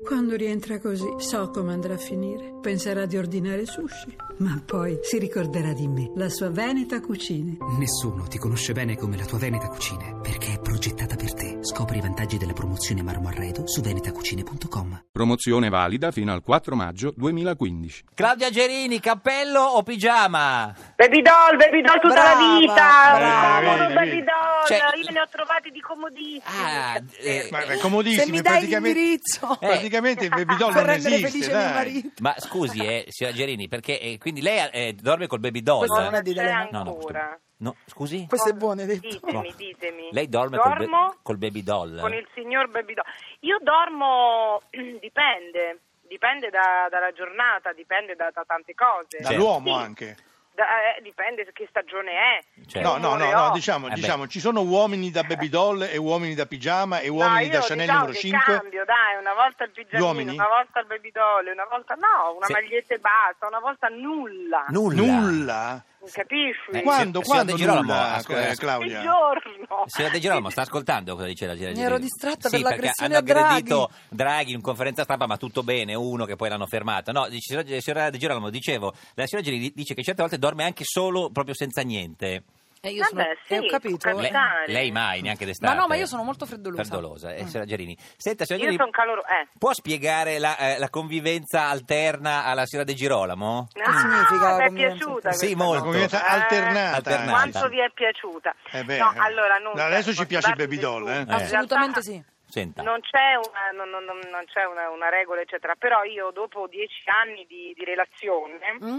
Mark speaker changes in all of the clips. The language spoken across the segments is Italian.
Speaker 1: Quando rientra così, so come andrà a finire. Penserà di ordinare sushi, ma poi si ricorderà di me, la sua Veneta Cucine.
Speaker 2: Nessuno ti conosce bene come la tua Veneta Cucine, perché è progettata per te. Scopri i vantaggi della promozione Marmo Arredo su venetacucine.com.
Speaker 3: Promozione valida fino al 4 maggio 2015.
Speaker 4: Claudia Gerini, cappello o pigiama?
Speaker 5: Baby doll, baby doll tutta
Speaker 4: Brava,
Speaker 5: la vita!
Speaker 4: brava.
Speaker 5: Bravo,
Speaker 6: Vedi,
Speaker 5: baby
Speaker 6: vedi.
Speaker 5: doll!
Speaker 4: Cioè-
Speaker 5: Io ne ho trovati di comodissimi. Cioè,
Speaker 4: Ah, eh,
Speaker 6: Ma è
Speaker 7: Se
Speaker 6: comodissimo,
Speaker 7: mi dai
Speaker 6: praticamente, eh,
Speaker 7: l'indirizzo eh,
Speaker 6: praticamente il baby doll
Speaker 7: per
Speaker 6: non
Speaker 7: rendere
Speaker 6: esiste.
Speaker 7: felice mio
Speaker 6: dai.
Speaker 7: marito.
Speaker 4: ma scusi, eh, signora Gerini, perché eh, quindi lei eh, dorme col baby doll?
Speaker 5: Questo
Speaker 7: No, non è di
Speaker 5: c'è
Speaker 7: Elena.
Speaker 4: No, no, questo-
Speaker 5: ancora.
Speaker 4: No, scusi?
Speaker 7: Questo è buono, hai detto.
Speaker 5: Ditemi,
Speaker 4: No.
Speaker 5: ditemi.
Speaker 4: Lei dorme col,
Speaker 5: dormo
Speaker 4: be- col baby doll?
Speaker 5: con il signor baby doll. Io dormo, dipende, dipende da- dalla giornata, dipende da, da tante cose.
Speaker 4: Certo.
Speaker 6: Dall'uomo
Speaker 5: Sì,
Speaker 6: anche.
Speaker 5: da- eh, dipende che stagione è.
Speaker 4: Certo.
Speaker 6: No, no, no,
Speaker 5: Umore
Speaker 6: no,
Speaker 5: ho.
Speaker 6: diciamo,
Speaker 4: Eh beh.
Speaker 6: diciamo, ci sono uomini da baby doll e uomini da pigiama e
Speaker 5: No,
Speaker 6: uomini
Speaker 5: io
Speaker 6: da Chanel
Speaker 5: diciamo
Speaker 6: numero
Speaker 5: che
Speaker 6: 5.
Speaker 5: cambio, dai, una volta il
Speaker 6: Gli
Speaker 5: pigiamino,
Speaker 6: uomini?
Speaker 5: una volta il baby doll, una volta no, una
Speaker 4: Se-
Speaker 5: maglietta e basta, una volta nulla.
Speaker 4: Nulla.
Speaker 6: Nulla?
Speaker 5: capisci?
Speaker 4: Eh,
Speaker 6: Quando,
Speaker 4: signor
Speaker 6: quando
Speaker 4: De Girolamo,
Speaker 6: nulla,
Speaker 4: ascolta,
Speaker 6: eh,
Speaker 4: ascolta.
Speaker 5: Il
Speaker 6: Claudia?
Speaker 5: giorno.
Speaker 4: Signora De Girolamo, sta ascoltando cosa dice la signora
Speaker 7: Mi
Speaker 4: De Girolamo?
Speaker 7: ero
Speaker 4: Sì,
Speaker 7: distratta per
Speaker 4: perché
Speaker 7: l'aggressione
Speaker 4: hanno
Speaker 7: a Draghi.
Speaker 4: aggredito Draghi in conferenza stampa, ma tutto bene, uno che poi l'hanno fermata. No, dice, signora- signora De Girolamo, dicevo, la signora Gerini dice che certe volte dorme anche solo, proprio senza niente.
Speaker 7: Eh, io sono,
Speaker 5: Vabbè, sì,
Speaker 7: eh, ho capito.
Speaker 5: può
Speaker 4: Le-
Speaker 5: capitare.
Speaker 4: lei mai, neanche
Speaker 7: Ma
Speaker 4: d'estate.
Speaker 7: no, ma io sono molto freddolosa.
Speaker 4: Freddolosa, eh, signora Gerini. Senta, signora
Speaker 5: Io
Speaker 4: Gerini,
Speaker 5: sono caloro, eh.
Speaker 4: può spiegare la, eh, la convivenza alterna alla signora De Girolamo?
Speaker 5: Che
Speaker 7: significa
Speaker 5: è
Speaker 7: convivenza?
Speaker 5: piaciuta
Speaker 4: Sì,
Speaker 5: questa
Speaker 4: molto.
Speaker 6: La convivenza
Speaker 5: cosa? eh.
Speaker 6: alternata.
Speaker 4: alternata.
Speaker 6: anzi.
Speaker 5: Quanto vi è piaciuta?
Speaker 6: Eh beh,
Speaker 5: no,
Speaker 6: eh.
Speaker 5: allora non-
Speaker 6: Adesso ci piace il
Speaker 5: guardate
Speaker 6: baby doll,
Speaker 5: tutto.
Speaker 6: eh.
Speaker 4: Ah,
Speaker 5: In realtà
Speaker 7: Assolutamente sì.
Speaker 4: Senta.
Speaker 5: Non c'è, una, non, non- non- non c'è una, una regola, eccetera. Però io dopo dieci anni di, di relazione,
Speaker 7: Mm?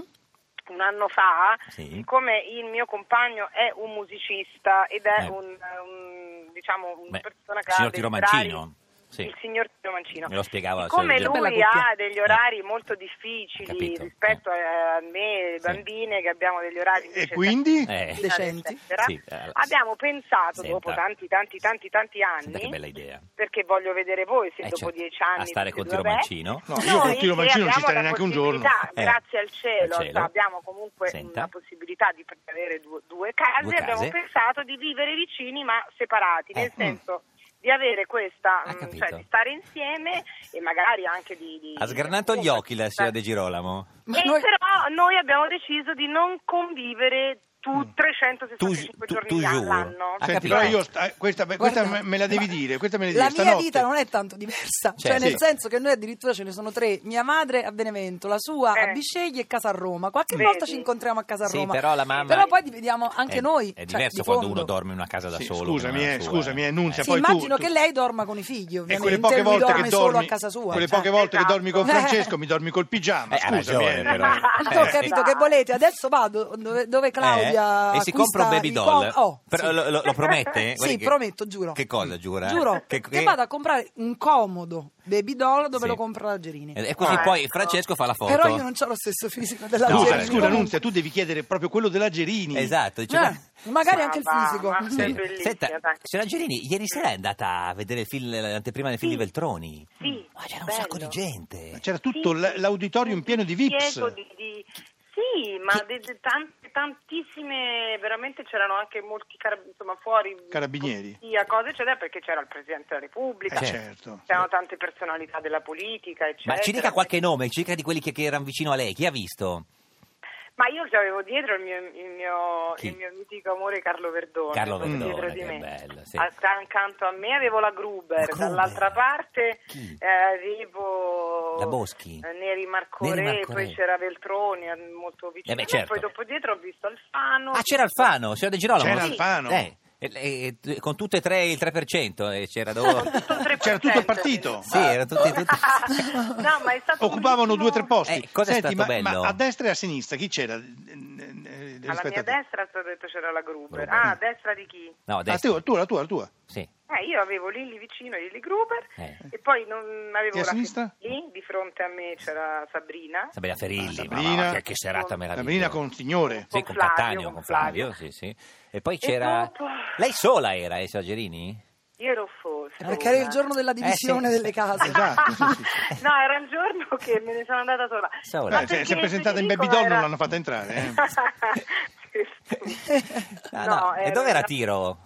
Speaker 5: un anno fa,
Speaker 4: Sì.
Speaker 5: siccome il mio compagno è un musicista ed è
Speaker 4: Eh.
Speaker 5: un, un, diciamo una
Speaker 4: Beh,
Speaker 5: persona che
Speaker 4: il signor ah,
Speaker 5: ha degli
Speaker 4: Tiromancino.
Speaker 5: orari-
Speaker 4: Sì.
Speaker 5: Il signor Tiromancino.
Speaker 4: Me lo spiegava la
Speaker 5: Siccome
Speaker 4: signora
Speaker 7: Bella
Speaker 5: lui
Speaker 7: coppia.
Speaker 5: ha degli orari molto difficili
Speaker 4: Eh. Capito. Eh.
Speaker 5: rispetto a a me, le
Speaker 4: Sì.
Speaker 5: bambine che abbiamo degli orari
Speaker 6: E
Speaker 5: invece
Speaker 6: quindi?
Speaker 4: Eh,
Speaker 5: mattina,
Speaker 7: Decenti.
Speaker 5: eccetera,
Speaker 4: Sì, eh,
Speaker 5: abbiamo pensato
Speaker 4: senta.
Speaker 5: dopo tanti tanti tanti tanti
Speaker 4: senta che bella
Speaker 5: anni
Speaker 4: idea.
Speaker 5: perché voglio vedere voi se
Speaker 4: Eh,
Speaker 5: dopo
Speaker 4: certo,
Speaker 5: dieci anni
Speaker 4: a stare con
Speaker 5: siete due, vabbè.
Speaker 4: Tiromancino.
Speaker 6: No, io col
Speaker 5: Noi
Speaker 6: tiro mancino non ci
Speaker 5: abbiamo
Speaker 6: starei
Speaker 5: la
Speaker 6: neanche un giorno.
Speaker 5: possibilità,
Speaker 4: Eh,
Speaker 5: Grazie al cielo,
Speaker 4: al cielo.
Speaker 5: abbiamo comunque
Speaker 4: Senta.
Speaker 5: la possibilità di avere due, due case,
Speaker 4: Due
Speaker 5: abbiamo
Speaker 4: case.
Speaker 5: pensato di vivere vicini ma separati, nel
Speaker 4: Eh.
Speaker 5: senso di avere questa,
Speaker 4: Ah,
Speaker 5: mh,
Speaker 4: capito.
Speaker 5: cioè di stare insieme e magari anche di... di-
Speaker 4: Ha sgranato gli occhi la signora De Girolamo.
Speaker 7: Ma
Speaker 5: Eh,
Speaker 7: noi-
Speaker 5: Però noi abbiamo deciso di non convivere tu 365
Speaker 4: Mm. Tu- tu-
Speaker 5: giorni
Speaker 4: tu-
Speaker 5: all'anno.
Speaker 4: Ah,
Speaker 6: Senti,
Speaker 4: capito.
Speaker 6: però io sta- eh, questa, questa
Speaker 7: Guarda,
Speaker 6: me- me la devi
Speaker 7: ma-
Speaker 6: dire, questa me la devi
Speaker 7: La
Speaker 6: dire
Speaker 7: mia
Speaker 6: stanotte.
Speaker 7: vita non è tanto diversa, cioè,
Speaker 4: Certo.
Speaker 7: nel
Speaker 4: Sì.
Speaker 7: senso che noi addirittura ce ne sono tre, mia madre a Benevento, la sua a
Speaker 5: Eh.
Speaker 7: Bisceglie e casa a Roma. Qualche
Speaker 5: Vedi?
Speaker 7: volta ci incontriamo a casa a
Speaker 4: Sì,
Speaker 7: Roma.
Speaker 4: però la mamma-
Speaker 7: Però poi dividiamo anche
Speaker 4: È-
Speaker 7: noi.
Speaker 4: È
Speaker 7: cioè,
Speaker 4: diverso
Speaker 7: di
Speaker 4: quando
Speaker 7: fondo.
Speaker 4: uno dorme in una casa da
Speaker 6: Sì,
Speaker 4: solo.
Speaker 6: scusami,
Speaker 4: che nella
Speaker 6: eh,
Speaker 4: sua,
Speaker 6: scusami, eh, Nunzia,
Speaker 4: Eh,
Speaker 7: Sì,
Speaker 6: poi tu-
Speaker 7: immagino
Speaker 6: tu-
Speaker 7: che lei dorma con i figli,
Speaker 6: E
Speaker 7: ovviamente.
Speaker 6: quelle poche
Speaker 7: lui
Speaker 6: volte
Speaker 7: dorme
Speaker 6: che
Speaker 7: solo
Speaker 6: dormi,
Speaker 7: a casa sua.
Speaker 6: quelle
Speaker 7: cioè.
Speaker 6: poche volte che
Speaker 5: Esatto.
Speaker 6: dormi con Francesco, mi dormi col
Speaker 4: Eh,
Speaker 6: pigiama.
Speaker 4: ha
Speaker 6: scusami,
Speaker 4: ragione,
Speaker 6: eh.
Speaker 4: però.
Speaker 7: Non
Speaker 4: Eh,
Speaker 7: Cioè, ah, ho
Speaker 4: sì.
Speaker 7: capito che volete, adesso vado dove, dove Claudia
Speaker 4: Eh? E si compra un
Speaker 7: acquista
Speaker 4: baby
Speaker 7: i
Speaker 4: doll.
Speaker 7: com- oh,
Speaker 4: Però
Speaker 7: sì.
Speaker 4: lo, lo- lo promette?
Speaker 7: Sì,
Speaker 4: Guardi che-
Speaker 7: prometto, giuro.
Speaker 4: Che cosa giura?
Speaker 7: Giuro che, vado a comprare un comodo baby doll dove
Speaker 4: Sì.
Speaker 7: lo compra la Gerini.
Speaker 4: E e così
Speaker 5: Ah,
Speaker 4: poi
Speaker 5: ecco.
Speaker 4: Francesco fa la foto.
Speaker 7: Eh, Però io non ho lo stesso fisico della
Speaker 4: No,
Speaker 6: Scusa,
Speaker 4: eh,
Speaker 7: Gerini.
Speaker 6: scusa
Speaker 7: comunque.
Speaker 6: Nunzia, tu devi chiedere proprio quello della Gerini.
Speaker 4: Esatto, dice,
Speaker 7: Eh,
Speaker 4: guarda-
Speaker 7: magari
Speaker 5: Ma
Speaker 7: anche il
Speaker 5: va,
Speaker 7: fisico.
Speaker 5: ma sei bellissima,
Speaker 4: Senta,
Speaker 5: dai.
Speaker 4: signora Gerini, ieri sera è andata a vedere il film, l'anteprima del film
Speaker 5: Sì.
Speaker 4: di Veltroni.
Speaker 5: Sì,
Speaker 4: Ma c'era un
Speaker 5: bello.
Speaker 4: sacco di gente.
Speaker 6: C'era tutto
Speaker 5: Sì,
Speaker 6: l- l'auditorium pieno di Vips.
Speaker 5: Pieno di- di- sì, ma de- de- tan- tantissime, veramente c'erano anche molti carab- insomma, fuori
Speaker 6: Carabinieri.
Speaker 5: polizia, cose eccetera, perché c'era il Presidente della
Speaker 6: Eh,
Speaker 5: Repubblica,
Speaker 6: certo.
Speaker 5: c'erano tante personalità della politica, eccetera.
Speaker 4: Ma ci dica qualche nome, ci dica di quelli che, che erano vicino a lei. Chi ha visto?
Speaker 5: Ma io ci avevo dietro il mio, il mio,
Speaker 4: Chi?
Speaker 5: il mio mitico amore Carlo Verdone.
Speaker 4: Carlo
Speaker 5: proprio
Speaker 4: Verdone,
Speaker 5: dietro di
Speaker 4: che
Speaker 5: me.
Speaker 4: bello, sì.
Speaker 5: Ac- accanto a me avevo la Gruber,
Speaker 4: La Gruber.
Speaker 5: dall'altra parte
Speaker 4: Chi?
Speaker 5: eh, avevo
Speaker 4: La Boschi?
Speaker 5: eh, Neri
Speaker 4: Neri
Speaker 5: Marcorè,
Speaker 4: Marcorè.
Speaker 5: poi c'era Veltroni eh, molto vicino.
Speaker 4: Eh beh,
Speaker 5: a me,
Speaker 4: certo.
Speaker 5: Poi dopo dietro ho visto Alfano.
Speaker 4: Ah, c'era Alfano, signora De Girolamo.
Speaker 6: C'era
Speaker 4: Sì.
Speaker 6: Alfano.
Speaker 4: Eh, e- e- e- con tutte e tre il 3%. eh, c'era dove...
Speaker 5: Tutto il 3%.
Speaker 6: C'era tutto il partito.
Speaker 4: sì, erano tutti... tutti...
Speaker 5: no, ma è stato bellissimo.
Speaker 6: Occupavano due o tre posti.
Speaker 4: Eh, cosa è
Speaker 6: Senti,
Speaker 4: stato
Speaker 6: ma,
Speaker 4: bello?
Speaker 6: ma a destra e a sinistra chi c'era? Eh, eh,
Speaker 5: Alla
Speaker 6: rispetto
Speaker 5: mia
Speaker 6: a te?
Speaker 5: destra ti ho detto c'era la Gruber.
Speaker 4: Gruber.
Speaker 5: Ah, a destra di chi?
Speaker 4: No,
Speaker 6: Ah,
Speaker 4: adesso...
Speaker 6: te- la tua, la tua, la tua.
Speaker 4: Sì.
Speaker 5: Eh, io avevo Lilli vicino, Lilli Gruber,
Speaker 4: Eh.
Speaker 5: e poi non avevo
Speaker 6: E a
Speaker 5: la
Speaker 6: sinistra?
Speaker 5: Lì di fronte a me c'era Sabrina.
Speaker 4: Sabrina Ferilli,
Speaker 6: Ah,
Speaker 4: mamma,
Speaker 6: Sabrina.
Speaker 4: che, che serata meravigliosa.
Speaker 6: Sabrina con signore.
Speaker 4: Sì,
Speaker 5: Con
Speaker 4: con
Speaker 5: Flavio,
Speaker 4: Cattaneo,
Speaker 5: con
Speaker 4: con Flavio, sì, sì. E poi c'era...
Speaker 5: dopo-
Speaker 4: Lei sola era, eh, signora Gerini?
Speaker 5: Io ero
Speaker 4: Eh,
Speaker 5: forse.
Speaker 7: Perché era il giorno della divisione
Speaker 4: sì.
Speaker 7: delle case.
Speaker 6: Esatto, sì, sì, sì.
Speaker 5: no, era il giorno che me ne sono andata sola.
Speaker 4: Sola.
Speaker 6: Eh,
Speaker 4: Ma
Speaker 6: se-
Speaker 5: perché
Speaker 6: si è presentata in
Speaker 5: ti dico,
Speaker 6: Baby Doll,
Speaker 5: era-
Speaker 6: non l'hanno fatta entrare. eh.
Speaker 5: Che stupido.
Speaker 4: Ah,
Speaker 5: No,
Speaker 4: no. E dove era
Speaker 5: era-
Speaker 4: Tiro?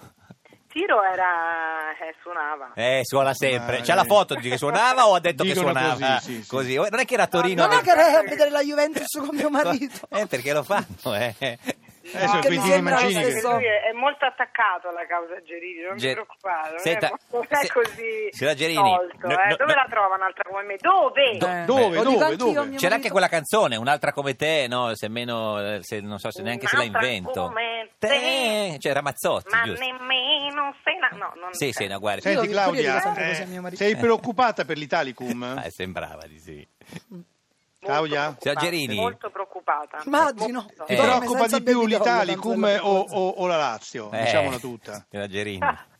Speaker 5: Tiro era... eh, suonava.
Speaker 4: Eh, suona sempre.
Speaker 6: Ah,
Speaker 4: C'è la
Speaker 6: eh.
Speaker 4: foto di che suonava o ha detto
Speaker 6: Dicono
Speaker 4: che suonava?
Speaker 6: così, sì, sì.
Speaker 4: Oh, Non è che era a Torino.
Speaker 7: non è
Speaker 4: che-
Speaker 7: che andare a vedere la Juventus con mio marito.
Speaker 4: Eh, perché lo fanno, eh.
Speaker 6: Eh, sono
Speaker 7: Che
Speaker 6: quei
Speaker 7: mi
Speaker 6: tiri
Speaker 7: sembra lo
Speaker 6: mancini. che-
Speaker 7: stesso.
Speaker 5: Lui è, è molto attaccato alla causa Gerini, non
Speaker 4: Ger-
Speaker 5: ti preoccupare, non,
Speaker 4: Senta,
Speaker 5: è, mo- non è
Speaker 4: se-
Speaker 5: così
Speaker 4: signora Gerini,
Speaker 5: tolto.
Speaker 4: no-
Speaker 5: eh.
Speaker 4: no-
Speaker 5: Dove
Speaker 4: no-
Speaker 5: la trova un'altra come me? Dove?
Speaker 7: Eh,
Speaker 6: dove,
Speaker 7: lo dico
Speaker 6: dove,
Speaker 7: anch'io a
Speaker 6: dove?
Speaker 7: mio
Speaker 4: C'era anche
Speaker 7: marito.
Speaker 4: quella canzone, un'altra come te, no? Se meno, eh, se- non so se neanche se la
Speaker 5: Un'altra
Speaker 4: invento.
Speaker 5: come
Speaker 4: Te,
Speaker 5: te.
Speaker 4: cioè Ramazzotti,
Speaker 5: Ma
Speaker 4: giusto?
Speaker 5: nemmeno se la... No, non
Speaker 4: Sì, sì, no, guarda.
Speaker 7: Io
Speaker 6: Senti
Speaker 7: dico- io dico
Speaker 6: Claudia,
Speaker 7: sempre così
Speaker 6: eh,
Speaker 7: a mio marito.
Speaker 6: sei preoccupata per l'Italicum?
Speaker 4: Eh, sembrava di sì.
Speaker 5: molto
Speaker 6: Claudia?
Speaker 5: preoccupata,
Speaker 4: Signora Gerini?
Speaker 5: Molto preoccupata.
Speaker 7: Immagino.
Speaker 5: Molto.
Speaker 6: Ti
Speaker 4: Eh.
Speaker 6: preoccupa
Speaker 7: Senza
Speaker 6: di più
Speaker 7: Baby Doll,
Speaker 6: l'Italicum
Speaker 7: tanto è la
Speaker 6: o,
Speaker 7: cosa.
Speaker 6: o- o la Lazio?
Speaker 4: Eh,
Speaker 6: Diciamola Oh, tutta.
Speaker 4: Signora Gerini.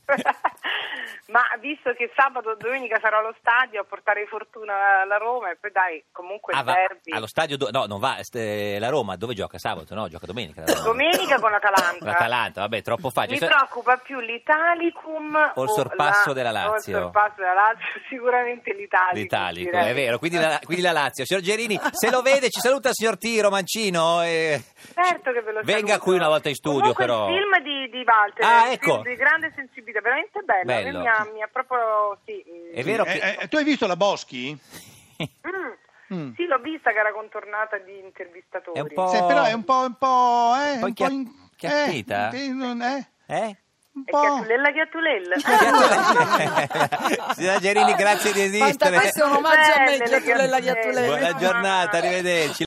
Speaker 5: Ah, Ma visto che sabato e domenica sarò allo stadio a portare fortuna alla Roma e poi dai, comunque
Speaker 4: Ah,
Speaker 5: il
Speaker 4: va
Speaker 5: derby.
Speaker 4: allo stadio, do- no, non va, st- eh, la Roma dove gioca? Sabato, no? Gioca domenica. la Roma.
Speaker 5: Domenica con l'Atalanta.
Speaker 4: L'Atalanta, vabbè, troppo facile.
Speaker 5: Mi
Speaker 4: Cioè-
Speaker 5: preoccupa più l'Italicum
Speaker 4: O il sorpasso
Speaker 5: la-
Speaker 4: della Lazio.
Speaker 5: O il sorpasso della Lazio, sicuramente l'Italicum.
Speaker 4: L'Italico,
Speaker 5: direi.
Speaker 4: è vero, quindi la, quindi la Lazio. Signor Gerini, se lo vede ci saluta il signor Tiro Mancino. eh. e-
Speaker 5: Certo che ve lo
Speaker 4: Venga
Speaker 5: saluto.
Speaker 4: qui una volta in studio
Speaker 5: Comunque
Speaker 4: però.
Speaker 5: il film di, di Walter,
Speaker 4: Ah,
Speaker 5: è un
Speaker 4: ecco.
Speaker 5: film di grande sensibilità, veramente bello. A me
Speaker 4: Bello.
Speaker 5: Mi, ha, mi ha proprio... Sì,
Speaker 4: È vero che...
Speaker 6: Eh, eh, tu hai visto la Boschi?
Speaker 5: mm.
Speaker 6: Mm.
Speaker 5: Sì, l'ho vista che era contornata di intervistatori.
Speaker 4: È un po'-
Speaker 6: Sì, però è un po', un po', eh,
Speaker 4: Un po'
Speaker 6: un po' in-
Speaker 4: inchiattita?
Speaker 6: eh, sì, non è-
Speaker 4: Eh?
Speaker 6: un
Speaker 5: È
Speaker 6: po'.
Speaker 5: Chiatulella Chiatulella.
Speaker 4: Signora Gerini, grazie di
Speaker 7: Quanta-
Speaker 4: esistere.
Speaker 7: Questo è un omaggio a me,
Speaker 5: Belle,
Speaker 7: Chiatulella
Speaker 5: le
Speaker 7: Chiatulella.
Speaker 5: Chiatulelle.
Speaker 4: Buona giornata, arrivederci.